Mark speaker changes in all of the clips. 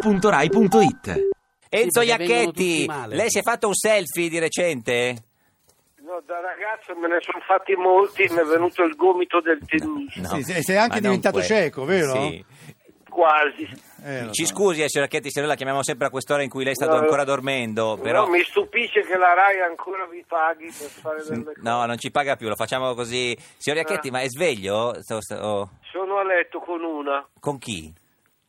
Speaker 1: radio2pod.rai.it
Speaker 2: Enzo
Speaker 3: perché vengono tutti
Speaker 2: Iacchetti,
Speaker 3: male.
Speaker 2: lei si è fatto un selfie di recente?
Speaker 4: No, da ragazzo me ne sono fatti molti, mi è venuto il gomito del tenuto,
Speaker 2: No.
Speaker 5: Sì, sei- sei anche
Speaker 2: Ma non
Speaker 5: diventato cieco, vero?
Speaker 2: Sì.
Speaker 4: quasi.
Speaker 5: Eh, lo
Speaker 2: Ci
Speaker 5: so.
Speaker 2: scusi, eh, signor Iacchetti, se noi la chiamiamo sempre a quest'ora in cui lei è stato
Speaker 4: No,
Speaker 2: ancora dormendo, però...
Speaker 4: No, mi stupisce che la RAI ancora vi paghi per fare delle cose.
Speaker 2: No, non ci paga più, lo facciamo così. Signor Iacchetti,
Speaker 4: Ah.
Speaker 2: ma è sveglio? Sto- sto-
Speaker 4: Sono a letto con una,
Speaker 2: Con chi?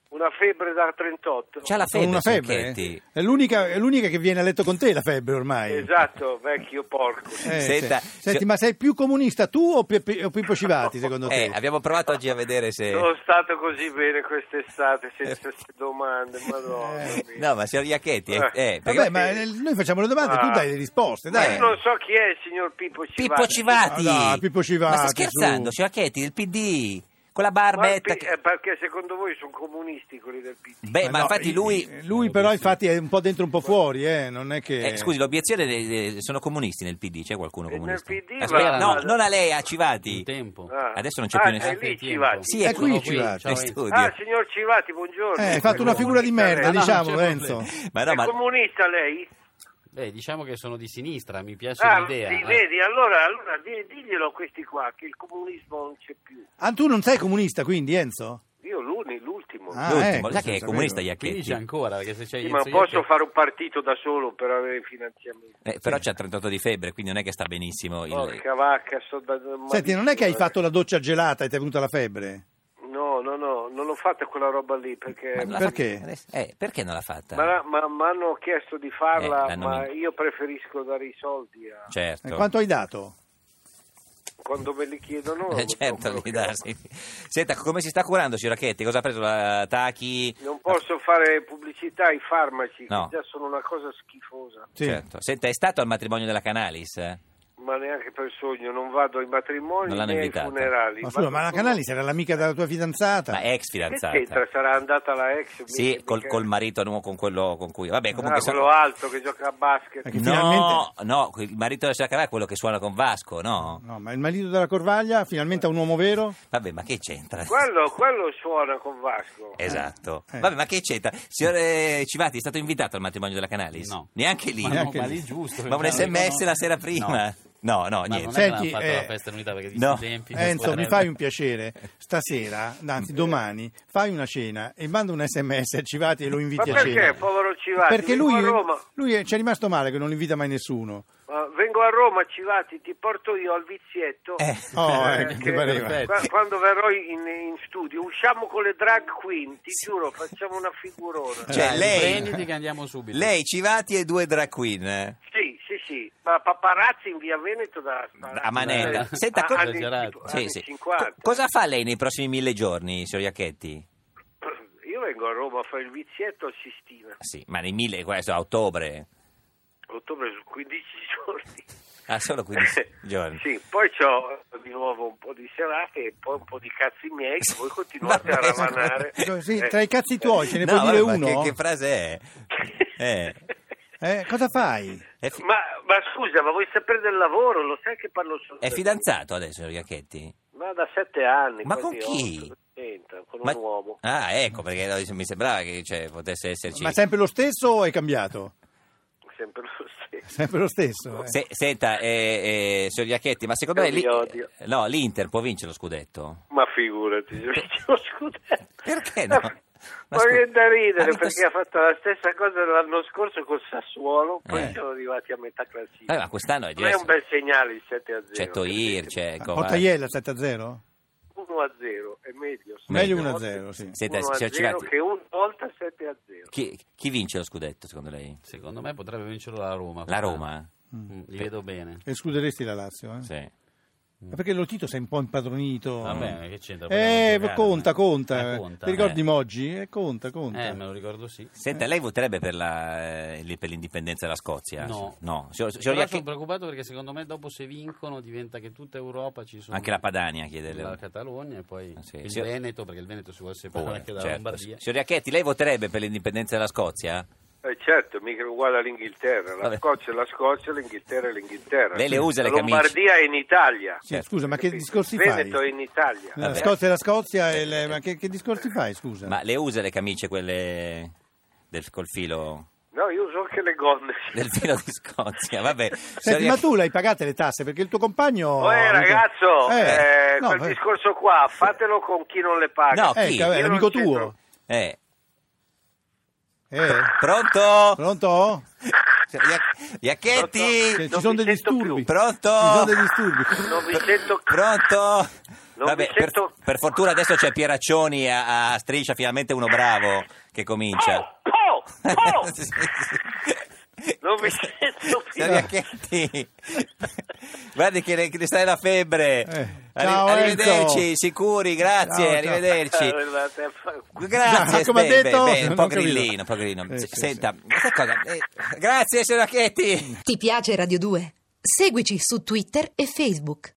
Speaker 4: una febbre da 38.
Speaker 2: C'ha la
Speaker 5: Con
Speaker 2: febbre,
Speaker 5: una
Speaker 2: signor
Speaker 5: febbre? eh.
Speaker 2: Iacchetti.
Speaker 5: È l'unica, è l'unica che viene a letto con te la febbre ormai.
Speaker 4: Esatto, vecchio porco.
Speaker 5: Eh,
Speaker 2: Senta,
Speaker 5: sì. Senti,
Speaker 2: se-
Speaker 5: ma sei più comunista tu o, Pe- Pe- o Pippo Civati secondo te?
Speaker 2: Eh, abbiamo provato oggi a vedere se...
Speaker 4: Sono stato così bene quest'estate senza queste domande, madonna. mia.
Speaker 2: Eh. No, ma signor Iacchetti... eh,
Speaker 4: Eh.
Speaker 2: eh, perché- Eh,
Speaker 5: Vabbè, ma eh, noi facciamo le domande e tu
Speaker 4: Ah.
Speaker 5: dai le risposte,
Speaker 4: Ma
Speaker 5: dai.
Speaker 4: io non so chi è il signor Pippo Civati.
Speaker 2: Pippo Civati!
Speaker 5: Ma Ah, dai, Pippo Civati,
Speaker 2: Ma sta scherzando,
Speaker 5: su.
Speaker 2: signor Iacchetti, il PD, con la
Speaker 4: Ma il
Speaker 2: barbetta...
Speaker 4: Pi- eh, Perché secondo voi sono comunisti quelli del PD?
Speaker 2: Beh, ma
Speaker 5: no,
Speaker 2: infatti
Speaker 5: i-
Speaker 2: lui...
Speaker 5: Lui però infatti è un po' dentro un po' fuori, eh, non è che...
Speaker 2: Eh, scusi, l'obiezione de- de- sono comunisti nel PD, c'è qualcuno
Speaker 4: Eh, Nel
Speaker 2: comunista?
Speaker 4: PD,
Speaker 2: Aspetta,
Speaker 4: ma-
Speaker 2: no,
Speaker 4: ma-
Speaker 2: non a lei, a
Speaker 3: Un
Speaker 2: Civati.
Speaker 3: tempo.
Speaker 4: Ah.
Speaker 2: Adesso non c'è
Speaker 4: Ah,
Speaker 2: più nessuno.
Speaker 4: è lì
Speaker 3: Tempo.
Speaker 4: Civati.
Speaker 2: Sì, è
Speaker 5: È
Speaker 2: qui,
Speaker 5: qui
Speaker 3: Sono
Speaker 5: Civati.
Speaker 3: ciao
Speaker 2: in
Speaker 3: Enzo.
Speaker 2: studio.
Speaker 4: Ah, signor Civati, buongiorno. Eh,
Speaker 5: Eh, hai fatto una figura di merda,
Speaker 3: Eh, No, no,
Speaker 5: diciamo,
Speaker 3: non c'è
Speaker 5: Enzo.
Speaker 3: problema.
Speaker 2: Ma Eh, no,
Speaker 4: È
Speaker 2: ma...
Speaker 4: comunista lei?
Speaker 3: Beh, diciamo che sono di sinistra, mi piace
Speaker 4: Ah,
Speaker 3: l'idea.
Speaker 4: sì,
Speaker 3: eh.
Speaker 4: vedi, allora, allora di- diglielo a questi qua che il comunismo non c'è più.
Speaker 5: Ah, tu non sei comunista quindi, Enzo?
Speaker 4: Io l'uni, l'ultimo.
Speaker 5: Ah,
Speaker 2: l'ultimo,
Speaker 5: ecco,
Speaker 2: sa che è
Speaker 5: senza
Speaker 2: comunista
Speaker 5: vero.
Speaker 3: Quindi
Speaker 2: Iacchetti?
Speaker 3: c'è ancora, perché se
Speaker 2: Eh,
Speaker 3: c'è
Speaker 4: Sì,
Speaker 3: Enzo
Speaker 4: ma posso
Speaker 3: Iacchetti-
Speaker 4: fare un partito da solo per avere finanziamenti?
Speaker 2: Eh, però c'ha 38 di febbre, quindi non è che sta benissimo. Il...
Speaker 4: Porca vacca, sto da...
Speaker 5: Senti, non è che hai fatto la doccia gelata e ti è venuta la febbre?
Speaker 4: No, no, no, non l'ho fatta quella roba lì perché...
Speaker 2: Ma non l'ha
Speaker 5: Perché?
Speaker 2: fatta adesso? Eh, perché non l'ha fatta?
Speaker 4: Ma, ma- ma hanno chiesto di farla,
Speaker 2: Eh, l'hanno
Speaker 4: ma
Speaker 2: min-
Speaker 4: io preferisco dare i soldi a...
Speaker 2: Certo.
Speaker 5: Eh, quanto hai dato?
Speaker 4: quando me li chiedono.
Speaker 2: Cioè- Eh, certo,
Speaker 4: non-
Speaker 2: gli dà, sì. Senta, come si sta curando, Siracchetti? Cosa ha preso? La Tachi?
Speaker 4: Non posso fare pubblicità ai farmaci,
Speaker 2: No.
Speaker 4: che già sono una cosa schifosa,
Speaker 5: Sì.
Speaker 2: Certo. Senta, è stato al matrimonio della Canalis? Eh?
Speaker 4: ma neanche per sogno, non vado ai matrimoni
Speaker 2: Non l'hanno
Speaker 4: né ai
Speaker 2: invitata.
Speaker 4: funerali.
Speaker 5: Ma scusa, ma la Canalis era l'amica della tua fidanzata?
Speaker 2: Ma ex
Speaker 4: Che
Speaker 2: fidanzata?
Speaker 4: c'entra? Sarà andata la ex?
Speaker 2: Sì,
Speaker 4: mica-
Speaker 2: col,
Speaker 4: mica-
Speaker 2: col marito nuovo, con quello con cui... Vabbè, comunque...
Speaker 4: Ah,
Speaker 2: sono-
Speaker 4: quello alto che gioca a basket.
Speaker 5: Perché-
Speaker 2: No,
Speaker 5: Finalmente-
Speaker 2: no, il marito della Canalis è quello che suona con Vasco, no?
Speaker 5: No, ma il marito della Corvaglia finalmente è un uomo vero?
Speaker 2: Vabbè, ma che c'entra?
Speaker 4: Quello, quello suona con Vasco.
Speaker 2: Esatto.
Speaker 5: Eh.
Speaker 2: Vabbè, ma che c'entra? Signore Civati, è stato invitato al matrimonio della Canalis?
Speaker 3: No.
Speaker 2: Neanche lì.
Speaker 3: Ma, no,
Speaker 5: Neanche
Speaker 3: ma
Speaker 5: lì.
Speaker 3: lì giusto.
Speaker 2: Ma un
Speaker 3: perché non
Speaker 2: sms
Speaker 3: dicono-
Speaker 2: la sera prima? No, no,
Speaker 3: Ma
Speaker 2: niente.
Speaker 3: non è che
Speaker 5: Senti,
Speaker 3: l'hanno fatto
Speaker 5: eh,
Speaker 3: la festa in unità perché di
Speaker 2: no.
Speaker 3: questi tempi non
Speaker 5: Enzo,
Speaker 3: può
Speaker 5: mi
Speaker 3: andare-
Speaker 5: fai un piacere. Stasera, anzi domani, fai una cena e manda un sms a Civati e lo
Speaker 4: Ma
Speaker 5: inviti a
Speaker 4: perché,
Speaker 5: cena.
Speaker 4: povero Civati?
Speaker 5: Perché
Speaker 4: vengo
Speaker 5: lui,
Speaker 4: a Roma,
Speaker 5: lui è- ci è rimasto male che non lo invita mai nessuno.
Speaker 4: ma vengo a Roma, Civati, ti porto io al vizietto.
Speaker 2: Eh.
Speaker 5: Oh,
Speaker 4: Eh,
Speaker 5: ecco, che
Speaker 4: che-
Speaker 5: pareva.
Speaker 3: perfetto.
Speaker 4: Qua- Quando verrò in, in studio, usciamo con le drag queen, ti giuro, facciamo una figurona.
Speaker 2: Cioè,
Speaker 3: Dai,
Speaker 2: lei-
Speaker 3: Prenditi che andiamo subito.
Speaker 2: Lei, Civati e due drag queen.
Speaker 4: Sì, sì, sì, ma paparazzi in via Veneto da,
Speaker 2: A Manella.
Speaker 4: eh,
Speaker 2: Senta,
Speaker 4: a-
Speaker 2: co-
Speaker 4: anni,
Speaker 3: Esagerato.
Speaker 4: anni
Speaker 2: Sì, sì.
Speaker 4: 50.
Speaker 2: Co- cosa fa lei nei prossimi mille giorni, signor Iacchetti?
Speaker 4: Io vengo a Roma a fare il vizietto a Sistina,
Speaker 2: Sì, ma nei mille, questo, a ottobre.
Speaker 4: ottobre su 15 giorni.
Speaker 2: Ah, solo 15 giorni.
Speaker 4: Sì, poi c'ho eh, di nuovo un po' di serate e poi un po' di cazzi miei che voi continuate a
Speaker 2: Vabbè. Cioè,
Speaker 4: ravanare.
Speaker 5: Sì,
Speaker 4: Eh,
Speaker 5: tra i cazzi tuoi ce ne
Speaker 2: No,
Speaker 5: puoi dire
Speaker 2: vabbè, ma
Speaker 5: uno?
Speaker 2: Che, che frase è? Eh,
Speaker 5: Eh, cosa fai?
Speaker 2: è, fi-
Speaker 4: Ma, ma scusa, ma vuoi sapere del lavoro? Lo sai che parlo solo
Speaker 2: è
Speaker 4: del-
Speaker 2: fidanzato adesso, signor Iacchetti?
Speaker 4: Ma da sette anni.
Speaker 2: Ma
Speaker 4: quasi
Speaker 2: con chi?
Speaker 4: otto, senta, con
Speaker 2: Ma-
Speaker 4: un uomo.
Speaker 2: Ah, ecco, perché no, mi sembrava che cioè, potesse esserci...
Speaker 5: Ma sempre lo stesso o hai cambiato?
Speaker 4: Sempre lo stesso.
Speaker 5: Sempre lo stesso. eh.
Speaker 2: Se- senta, eh, eh, signor Iacchetti, ma secondo
Speaker 4: Io
Speaker 2: lei
Speaker 4: vi odio.
Speaker 2: no, l'Inter può vincere lo scudetto?
Speaker 4: Ma figurati, se mi dico scudetto.
Speaker 2: Perché no? Ma
Speaker 4: Ma,
Speaker 2: scusa-
Speaker 4: viene da ridere
Speaker 2: Amico,
Speaker 4: perché ha fatto la stessa cosa l'anno scorso col Sassuolo, poi
Speaker 2: Eh.
Speaker 4: siamo arrivati a metà classifica.
Speaker 2: Eh, ma quest'anno è
Speaker 4: Non è
Speaker 2: diverso. cioè,
Speaker 4: un bel segnale il 7 a 0.
Speaker 2: C'è Toir, c'è...
Speaker 5: Ma
Speaker 2: Kovac.
Speaker 5: Ottaiella 7 0?
Speaker 4: 1 a 0 è meglio.
Speaker 5: Meglio
Speaker 2: Meglio.
Speaker 5: 1 0, sì.
Speaker 2: Senta,
Speaker 4: 1 a
Speaker 2: signor
Speaker 4: 0
Speaker 2: Civati,
Speaker 4: che una volta 7 a 0.
Speaker 2: chi, chi vince lo scudetto secondo lei?
Speaker 3: Secondo me potrebbe vincerlo la Roma.
Speaker 2: La Roma?
Speaker 3: Mm, Li vedo bene.
Speaker 5: Escluderesti la Lazio, eh?
Speaker 2: Sì.
Speaker 5: Ma Perché lo Tito sei un po' impadronito.
Speaker 3: Vabbè, che c'entra?
Speaker 5: Eh,
Speaker 3: Poi la
Speaker 5: conta,
Speaker 3: Roma
Speaker 5: conta.
Speaker 3: Eh, conta.
Speaker 5: Ti ricordi
Speaker 2: eh.
Speaker 5: Moggi? Eh, conta, conta.
Speaker 3: Eh, me lo ricordo sì.
Speaker 2: Senta, lei voterebbe per, la, eh, per l'indipendenza della Scozia?
Speaker 3: No.
Speaker 2: No. Signor- signor
Speaker 3: Però
Speaker 2: Iacchetti-
Speaker 3: sono preoccupato perché secondo me dopo se vincono diventa che tutta Europa ci sono
Speaker 2: Anche la Padania chiede...
Speaker 3: Certo. la
Speaker 2: le-
Speaker 3: Catalogna e poi
Speaker 2: Ah, sì.
Speaker 3: il
Speaker 2: Sì.
Speaker 3: Veneto perché il Veneto si vuole separare
Speaker 2: Pure,
Speaker 3: anche dalla
Speaker 2: certo.
Speaker 3: Lombardia.
Speaker 2: Signor Iacchetti, lei voterebbe per l'indipendenza della Scozia?
Speaker 4: Eh, certo, mica uguale all'Inghilterra. La
Speaker 2: Vabbè.
Speaker 4: Scozia è la Scozia, l'Inghilterra è l'Inghilterra.
Speaker 2: Lei le usa le
Speaker 4: la
Speaker 2: camicie?
Speaker 4: Lombardia è in Italia.
Speaker 5: Sì,
Speaker 2: Certo.
Speaker 5: Scusa, ma che
Speaker 4: Capito?
Speaker 5: discorsi
Speaker 4: Veneto
Speaker 5: fai?
Speaker 4: è in Italia.
Speaker 5: La
Speaker 2: Vabbè.
Speaker 5: Scozia è la Scozia, e le- ma che, che discorsi fai, scusa?
Speaker 2: Ma le usa le camicie quelle del- col filo
Speaker 4: No, io uso anche le gonne.
Speaker 2: del filo di Scozia? Vabbè,
Speaker 5: Senti, ma tu l'hai pagate le tasse perché il tuo compagno...
Speaker 4: Poi Oh, ragazzo,
Speaker 5: Eh,
Speaker 4: eh,
Speaker 5: no,
Speaker 4: quel
Speaker 5: eh,
Speaker 4: discorso qua fatelo con chi non le paga.
Speaker 2: No,
Speaker 5: eh,
Speaker 2: chi?
Speaker 5: vabbè,
Speaker 4: Io non
Speaker 5: l'amico
Speaker 4: c'entro.
Speaker 5: tuo.
Speaker 2: Eh,
Speaker 5: Eh,
Speaker 2: pronto?
Speaker 5: pronto?
Speaker 2: Cioè, Ia-
Speaker 5: Che
Speaker 2: Iacchetti?
Speaker 5: ci
Speaker 4: Non
Speaker 5: sono
Speaker 4: mi
Speaker 5: dei
Speaker 4: sento più.
Speaker 5: disturbi.
Speaker 2: Pronto?
Speaker 5: Ci sono dei disturbi.
Speaker 4: Non mi sento
Speaker 2: Pronto?
Speaker 4: Non mi
Speaker 2: per,
Speaker 4: sento-
Speaker 2: per fortuna adesso c'è Pieraccioni a, a striscia, finalmente uno bravo che comincia.
Speaker 4: Oh, oh, oh!
Speaker 2: Sì, sì.
Speaker 4: Non mi sento più.
Speaker 2: Signor Iacchetti, guardi che le, che le stai la febbre.
Speaker 5: Eh.
Speaker 2: Arri-
Speaker 5: Ciao,
Speaker 2: arrivederci,
Speaker 5: Enzo.
Speaker 2: sicuri, grazie,
Speaker 5: Ciao, ciao.
Speaker 4: Eh,
Speaker 2: arrivederci.
Speaker 5: Dai,
Speaker 2: Grazie,
Speaker 5: come ha
Speaker 2: beh,
Speaker 5: detto-
Speaker 2: beh, beh, un
Speaker 5: non ho
Speaker 2: po'
Speaker 5: capito.
Speaker 2: grillino, un po' grillino.
Speaker 5: Eh,
Speaker 2: S-
Speaker 5: sì,
Speaker 2: Senta, questa cosa, eh, grazie, signor Iacchetti.
Speaker 1: Ti piace Radio 2? Seguici su Twitter e Facebook.